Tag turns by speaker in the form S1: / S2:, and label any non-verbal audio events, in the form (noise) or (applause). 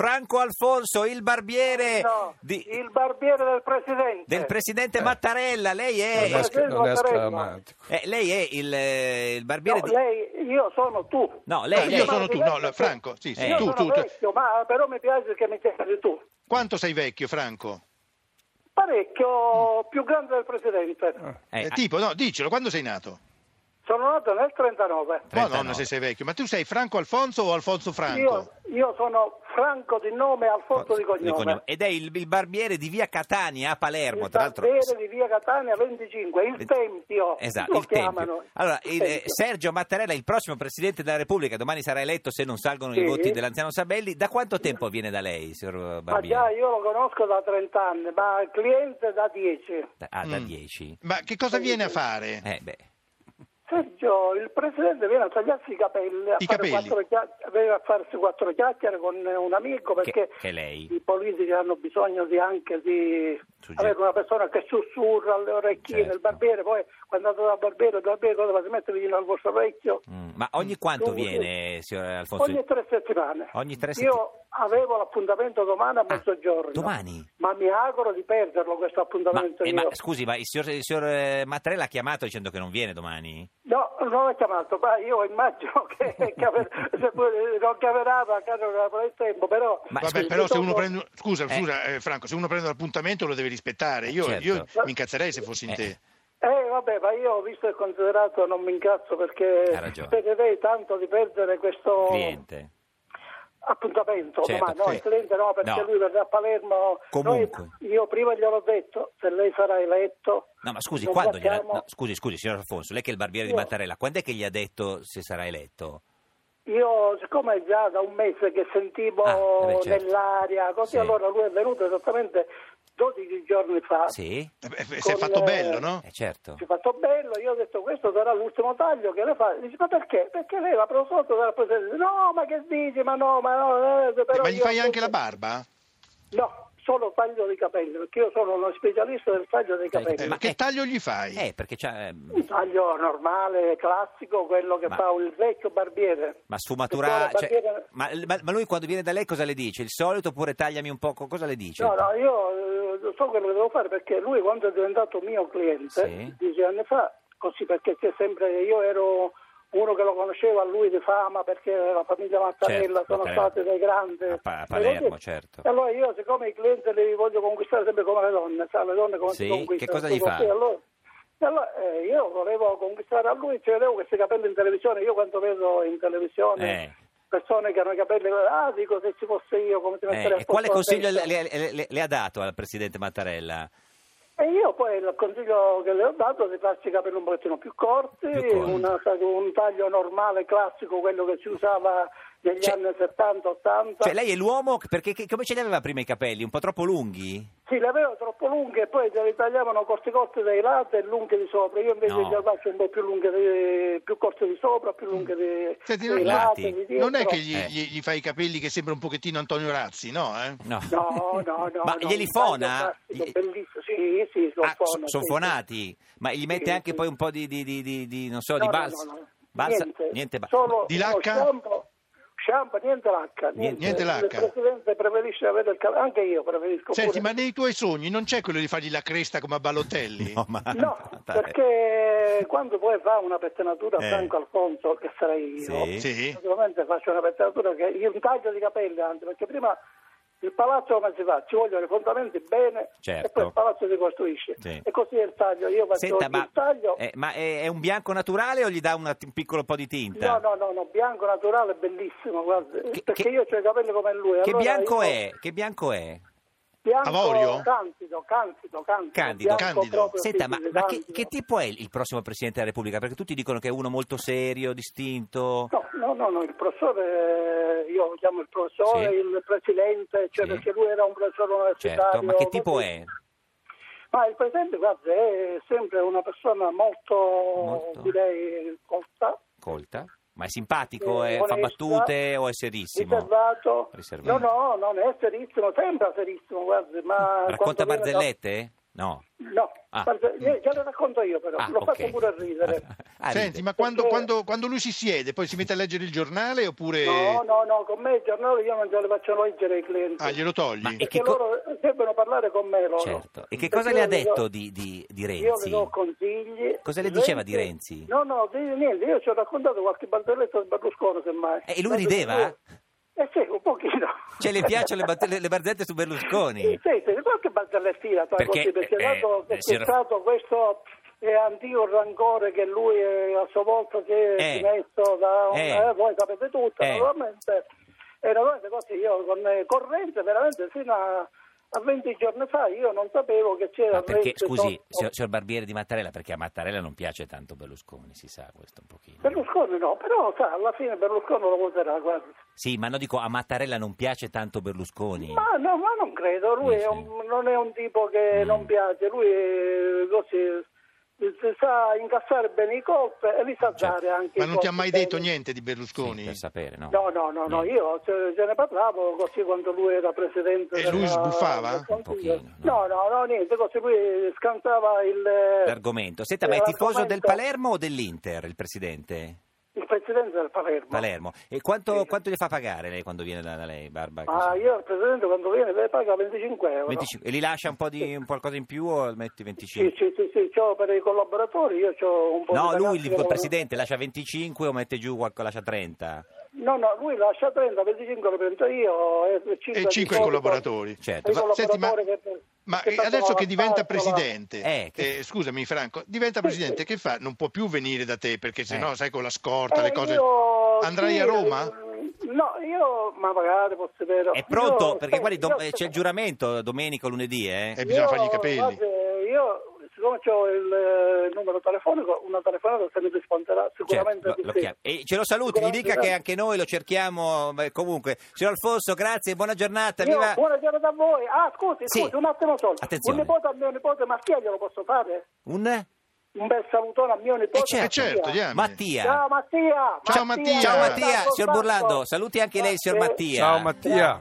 S1: Franco Alfonso, il barbiere
S2: No,
S1: Eh, di-
S2: il barbiere del presidente.
S1: del
S3: Eh.
S1: presidente Mattarella. Lei è,
S2: Eh,
S4: Non è, sc- non è esclamatico.
S1: eh, lei è il, eh, il barbiere.
S2: No,
S1: di-
S2: lei, io sono tu.
S1: No, lei-
S2: Eh,
S1: lei- Eh.
S3: io sono tu, no,
S2: vecchio,
S3: Franco, sì, sì,
S2: io
S3: tu,
S2: sono
S3: tu, tu.
S2: vecchio, ma però mi piace che mi chiami tu.
S3: Quanto sei vecchio, Franco?
S2: Parecchio più grande del presidente.
S1: eh,
S3: Eh, tipo, no, dicelo, quando sei nato?
S2: Sono nato nel 39.
S3: Madonna, se sei vecchio. Ma tu sei Franco Alfonso o Alfonso Franco?
S2: Io, io sono Franco di nome e Alfonso di
S1: Oh, di
S2: cognome.
S1: cognome. Ed è il, il barbiere di via Catania a Palermo,
S2: Il
S1: tra l'altro.
S2: barbiere di via Catania 25, il Tempio.
S1: Esatto,
S2: lo
S1: il Tempio.
S2: chiamano.
S1: Allora, il, eh,
S2: Tempio.
S1: Sergio Mattarella, il prossimo Presidente della Repubblica, domani sarà eletto se non salgono i
S2: Sì.
S1: voti dell'anziano Sabelli. Da quanto tempo viene da lei, signor
S2: Ma già
S1: Barbiere?
S2: io lo conosco da 30 anni, ma il cliente da 10.
S1: Da- Ah, da
S3: Mm.
S1: 10.
S3: Ma che cosa viene a fare?
S1: Eh, beh.
S2: Sergio, il presidente viene a tagliarsi i capelli, a
S3: I
S2: fare
S3: capelli.
S2: quattro chiacchiere, viene a farsi quattro chiacchiere con un amico perché
S1: che lei.
S2: i politici hanno bisogno di anche di
S1: Sugge-
S2: avere una persona che sussurra alle orecchine,
S1: Certo.
S2: il barbiere, poi quando andate dal barbiere, il barbiere cosa fa? Si mette vicino al vostro orecchio
S1: Mm. Ma ogni quanto
S2: Tu-
S1: viene, signor Alfonso?
S2: ogni tre settimane.
S1: Ogni tre
S2: Io avevo l'appuntamento domani a
S1: Ah,
S2: mezzogiorno.
S1: domani?
S2: Ma mi auguro di perderlo questo
S1: Ma,
S2: appuntamento
S1: eh,
S2: io.
S1: ma scusi, ma il signor, il signor, eh, Mattarella ha chiamato dicendo che non viene domani?
S2: No, non l'ho chiamato, ma io immagino (laughs) che, che ave- se pure- non chiamerà perché non avrà il tempo, però...
S1: Ma
S3: Vabbè,
S1: scusi,
S3: però se uno
S2: dopo-
S3: prende un- scusa,
S1: Eh.
S3: scusa eh, Franco, se uno prende l'appuntamento lo deve rispettare. Io,
S1: Certo.
S3: io mi incazzerei se fossi in
S1: Eh.
S3: te.
S2: Eh vabbè, ma io visto e considerato non mi incazzo
S1: Ha
S2: perché
S1: ragione.
S2: spegnerei tanto di perdere questo
S1: Cliente.
S2: appuntamento,
S1: Certo,
S2: ma no,
S1: sì.
S2: il cliente no, perché
S1: No.
S2: lui verrà a Palermo.
S1: Comunque.
S2: Noi- io prima gliel'ho detto, se lei sarà eletto...
S1: No, ma scusi,
S2: non
S1: quando gliela...
S2: facciamo-
S1: no, scusi, scusi, signor Alfonso, lei che è il barbiere di
S2: Io-
S1: Mattarella, quando è che gli ha detto se sarà eletto?
S2: Io, siccome è già da un mese che sentivo
S1: Ah, eh beh, certo.
S2: nell'aria, così
S1: Sì.
S2: allora lui è venuto esattamente 12 giorni fa.
S1: Sì?
S3: Eh, beh, Se è
S2: Con,
S3: fatto
S2: eh,
S3: bello, no?
S1: Eh, certo.
S2: Ah. Ci ha fatto bello, io ho detto questo sarà l'ultimo taglio che le fa. Dice, ma perché? Perché lei l'ha preso sotto dalla presenza. No, ma che dici? Ma no, ma no. eh, però
S3: Ma gli
S2: io
S3: fai
S2: ho
S3: anche la
S2: detto-
S3: barba?
S2: No, solo taglio dei capelli, perché io sono uno specialista del taglio dei capelli.
S3: Eh,
S1: Ma
S3: che
S1: è-
S3: taglio gli fai?
S1: Eh, perché c'ha... ehm,
S2: Un taglio normale, classico, quello che
S1: Ma-
S2: fa il vecchio barbiere.
S1: Ma sfumatura...
S2: Perché la
S1: cioè,
S2: bandiera-
S1: ma, ma- ma lui quando viene da lei cosa le dice? Il solito oppure tagliami un poco? Cosa le dice?
S2: No, no, io eh, so quello che devo fare perché lui quando è diventato mio
S1: Sì.
S2: cliente, dieci anni fa, così perché c'è sempre, io ero uno che lo conosceva, lui di fama, perché la famiglia Mattarella
S1: Certo,
S2: sono
S1: Mattarella.
S2: stati dei grandi.
S1: A Pa- a Palermo, certo.
S2: E allora io siccome i clienti li voglio conquistare sempre come le donne, sa, le donne come
S1: Sì,
S2: si conquistano.
S1: che cosa
S2: tu
S1: gli fa?
S2: così, allora- e allora, eh, io volevo conquistare a lui, cioè, ci vedevo questi capelli in televisione, io quando vedo in televisione...
S1: Eh.
S2: Persone che hanno i capelli, ah, dico se ci fosse io, come ti
S1: Eh,
S2: metterei a
S1: e quale
S2: posto la
S1: consiglio
S2: testa?
S1: le, le- le- le ha dato al presidente Mattarella?
S2: E io poi il consiglio che le ho dato è di farsi i capelli un pochettino più corti,
S1: Più corti.
S2: una- un taglio normale, classico, quello che si usava negli
S1: Cioè-
S2: anni 70-80.
S1: Cioè, lei è l'uomo perché che- come ce li aveva prima i capelli? Un po' troppo lunghi?
S2: Sì, le avevo troppo lunghe e poi se li tagliavano corti corti dai lati e lunghi di sopra. Io invece
S1: No.
S2: li faccio un po' più lunghi, di- più corti di sopra, più lunghi di,
S3: Senti,
S2: dei
S3: non-
S2: lati,
S1: lati.
S2: di dietro.
S3: Non è che gli,
S1: Eh.
S3: gli- gli fai i capelli che sembra un pochettino Antonio Razzi, no? eh?
S1: No.
S2: No,
S1: (laughs)
S2: no, no.
S1: Ma
S2: no,
S1: glieli
S2: un taglio
S1: fona?
S2: classico,
S1: Gli-
S2: Bellissimo, sì, sì, lo
S1: Ah, so- sono
S2: fono, sì, sì.
S1: fonati, ma gli mette
S2: Sì,
S1: anche
S2: sì.
S1: poi un po' di, di, di, di- di- non so,
S2: No,
S1: di
S2: no,
S1: balsa?
S2: no, no.
S1: balsa-
S2: Niente,
S1: ba-
S2: solo
S3: Di
S2: uno
S3: lacca?
S2: Shampoo, shampoo, niente lacca.
S1: Niente.
S3: Niente lacca.
S2: Il presidente preferisce avere il calore, anche io preferisco.
S3: Senti,
S2: pure.
S3: ma nei tuoi sogni non c'è quello di fargli la cresta come a Balotelli?
S1: No, ma-
S2: No,
S1: (laughs) dai.
S2: perché quando poi fa una pettinatura a
S1: Eh.
S2: Franco Alfonso, che sarei io,
S1: Sì.
S3: Sì.
S2: sicuramente faccio una pettinatura che io un taglio di capelli anzi, perché prima il palazzo come si fa? Ci vogliono i fondamenti bene
S1: Certo.
S2: e poi il palazzo si costruisce.
S1: Sì.
S2: E così è il taglio, io faccio
S1: Senta,
S2: il
S1: ma,
S2: taglio.
S1: eh, ma è, è un bianco naturale o gli dà una- un piccolo po' di tinta?
S2: No, no, no, no, bianco naturale è bellissimo, guarda,
S1: Che-
S2: perché
S1: che-
S2: io ho i capelli come lui.
S1: Che
S2: allora
S1: bianco
S2: io-
S1: è? Che bianco è?
S2: Bianco
S3: Avorio?
S2: Candido, candido, candido.
S1: Candido,
S2: bianco
S3: candido.
S2: proprio,
S1: Senta,
S2: sì, esatto.
S1: ma,
S2: sì,
S1: ma che,
S2: candido.
S1: che tipo è il prossimo Presidente della Repubblica? Perché tutti dicono che è uno molto serio, distinto.
S2: No, no, no, no, il professore, eh, io lo chiamo il professore,
S1: Sì.
S2: il presidente, cioè
S1: Sì.
S2: perché lui era un professore universitario.
S1: Certo, ma che tipo
S2: così.
S1: è?
S2: Ma il presidente, guarda, è sempre una persona molto,
S1: Molto.
S2: direi, colta.
S1: Colta? Ma è simpatico?
S2: eh,
S1: è- fa
S2: onesta,
S1: battute o è serissimo?
S2: Riservato.
S1: Riservato.
S2: No, no, non è serissimo, sembra serissimo, guarda, ma...
S1: Racconta
S2: quando viene da-
S1: barzellette? No.
S2: No,
S1: Ah.
S2: guarda, io- ce lo racconto io però,
S1: Ah,
S2: lo
S1: ok.
S2: faccio pure a
S1: (laughs)
S2: ridere.
S1: Ah, ride.
S3: Senti, ma quando,
S2: Perché-
S3: quando- quando lui si siede, poi si mette a leggere il giornale oppure
S2: No, no, no, con me il giornale io non ce le faccio leggere ai clienti.
S3: Ah, glielo togli?
S1: Ma- e-
S2: Perché
S1: che co-
S2: loro debbono parlare con me loro.
S1: Certo. E che
S2: Perché
S1: cosa
S2: io
S1: le ha
S2: gli do-
S1: detto di, di- di
S2: Io
S1: Renzi?
S2: le do consigli.
S1: Cosa le diceva di Renzi?
S2: No, no, di- niente, io ci ho raccontato qualche barzelletta di Berlusconi semmai.
S1: Eh, E lui
S2: Non so se
S1: rideva?
S2: tu- Eh sì, un pochino.
S1: Cioè, le piacciono le, bat- le- le barzellette su Berlusconi?
S2: Sì, sì, sì, qualche barzellettina tra
S1: Perché,
S2: così, perché
S1: eh,
S2: tanto
S1: eh,
S2: c'è
S1: signor-
S2: stato questo eh, antico rancore che lui eh, a sua volta si è
S1: Eh.
S2: dimesso da un-
S1: Eh.
S2: eh, voi sapete tutto,
S1: Eh.
S2: naturalmente. E naturalmente così io con eh, corrente veramente fino a, a 20 giorni fa io non sapevo che c'era
S1: Ma perché,
S2: Renzi
S1: scusi,
S2: sotto-
S1: signor, signor Barbieri di Mattarella, perché a Mattarella non piace tanto Berlusconi, si sa questo un pochino.
S2: Berlusconi no, però sa, alla fine Berlusconi lo voterà, guarda.
S1: Sì, ma no, dico, a Mattarella non piace tanto Berlusconi?
S2: Ma, no, ma non credo, lui
S1: Sì,
S2: è
S1: sì.
S2: un- non è un tipo che
S1: Mm.
S2: non piace, lui eh, così, eh, si sa incassare bene i colpi e li sa
S1: Certo.
S2: dare anche.
S3: Ma
S2: i
S3: non ti ha
S2: colpi
S3: mai
S2: bene.
S3: detto niente di
S1: Sì, esatto.
S3: Berlusconi?
S1: per sapere, no?
S2: No, no, no, no,
S1: Niente.
S2: io ce, ce ne parlavo così quando lui era presidente.
S3: E lui
S2: della-
S3: sbuffava?
S2: del Consiglio.
S1: Un pochino, no.
S2: No, no, no, niente, così lui scantava il,
S1: L'argomento. Senta, ma è
S2: eh,
S1: tifoso del
S2: l'argomento-
S1: Palermo o dell'Inter, il presidente?
S2: il presidente del Palermo.
S1: Palermo. E quanto,
S2: Sì.
S1: quanto le fa pagare lei quando viene da, da lei, Barba?
S2: Ma
S1: Così.
S2: io al presidente quando viene deve pagare 25 euro.
S1: 25. E li lascia un po' di un qualcosa in più o metti
S2: Sì,
S1: 25?
S2: sì, sì, sì, c'ho per i collaboratori, io ho un po' di
S1: No, lui
S2: ragazzi
S1: il
S2: che
S1: il
S2: lavorano-
S1: presidente lascia 25 o mette giù qualcosa, lascia 30?
S2: No, no, lui lascia 30, 25 lo prendo io e 5,
S3: E cinque collaboratori.
S1: Certo.
S3: Ma- senti, ma- Ma eh, adesso che diventa presidente,
S1: Eh, che-
S3: eh, scusami Franco, diventa
S2: Sì,
S3: presidente,
S2: sì.
S3: che fa? Non può più venire da te perché se
S1: Eh.
S3: no sai con la scorta, le
S2: Eh,
S3: cose... Eh,
S2: io,
S3: Andrai
S2: sì, mm,
S3: a Roma?
S2: No, io, ma magari posso vedere.
S1: È pronto?
S2: Io-
S1: Perché guardi, dom-
S2: io-
S1: eh, c'è il giuramento domenica, lunedì, eh?
S3: Eh, bisogna
S2: io,
S3: fargli i capelli.
S2: guardi, io, siccome ho il eh, numero telefonico, una telefonata se mi risponderà sicuramente.
S1: Certo,
S2: di
S1: lo- lo
S2: sì.
S1: chiami. E ce lo saluti, gli
S2: Sicuramente
S1: dica
S2: sì.
S1: che anche noi lo cerchiamo beh, comunque. Signor Alfonso, grazie, buona giornata.
S2: Io,
S1: viva-
S2: buona giornata a voi. Ah, scusi,
S1: Sì.
S2: scusi, un attimo solo.
S1: Attenzione.
S2: Un nipote a mio nipote Mattia glielo posso fare?
S1: Un...
S2: Un bel salutone a mio nipote.
S1: Eh, certo.
S3: Eh, certo,
S2: Mattia.
S3: diamine.
S1: Mattia.
S2: Ciao Mattia.
S3: Ciao, Mattia.
S1: Ciao
S3: Ciao,
S1: Mattia, signor Burlando, saluti anche lei, signor
S2: Eh,
S1: Mattia.
S4: Ciao Mattia.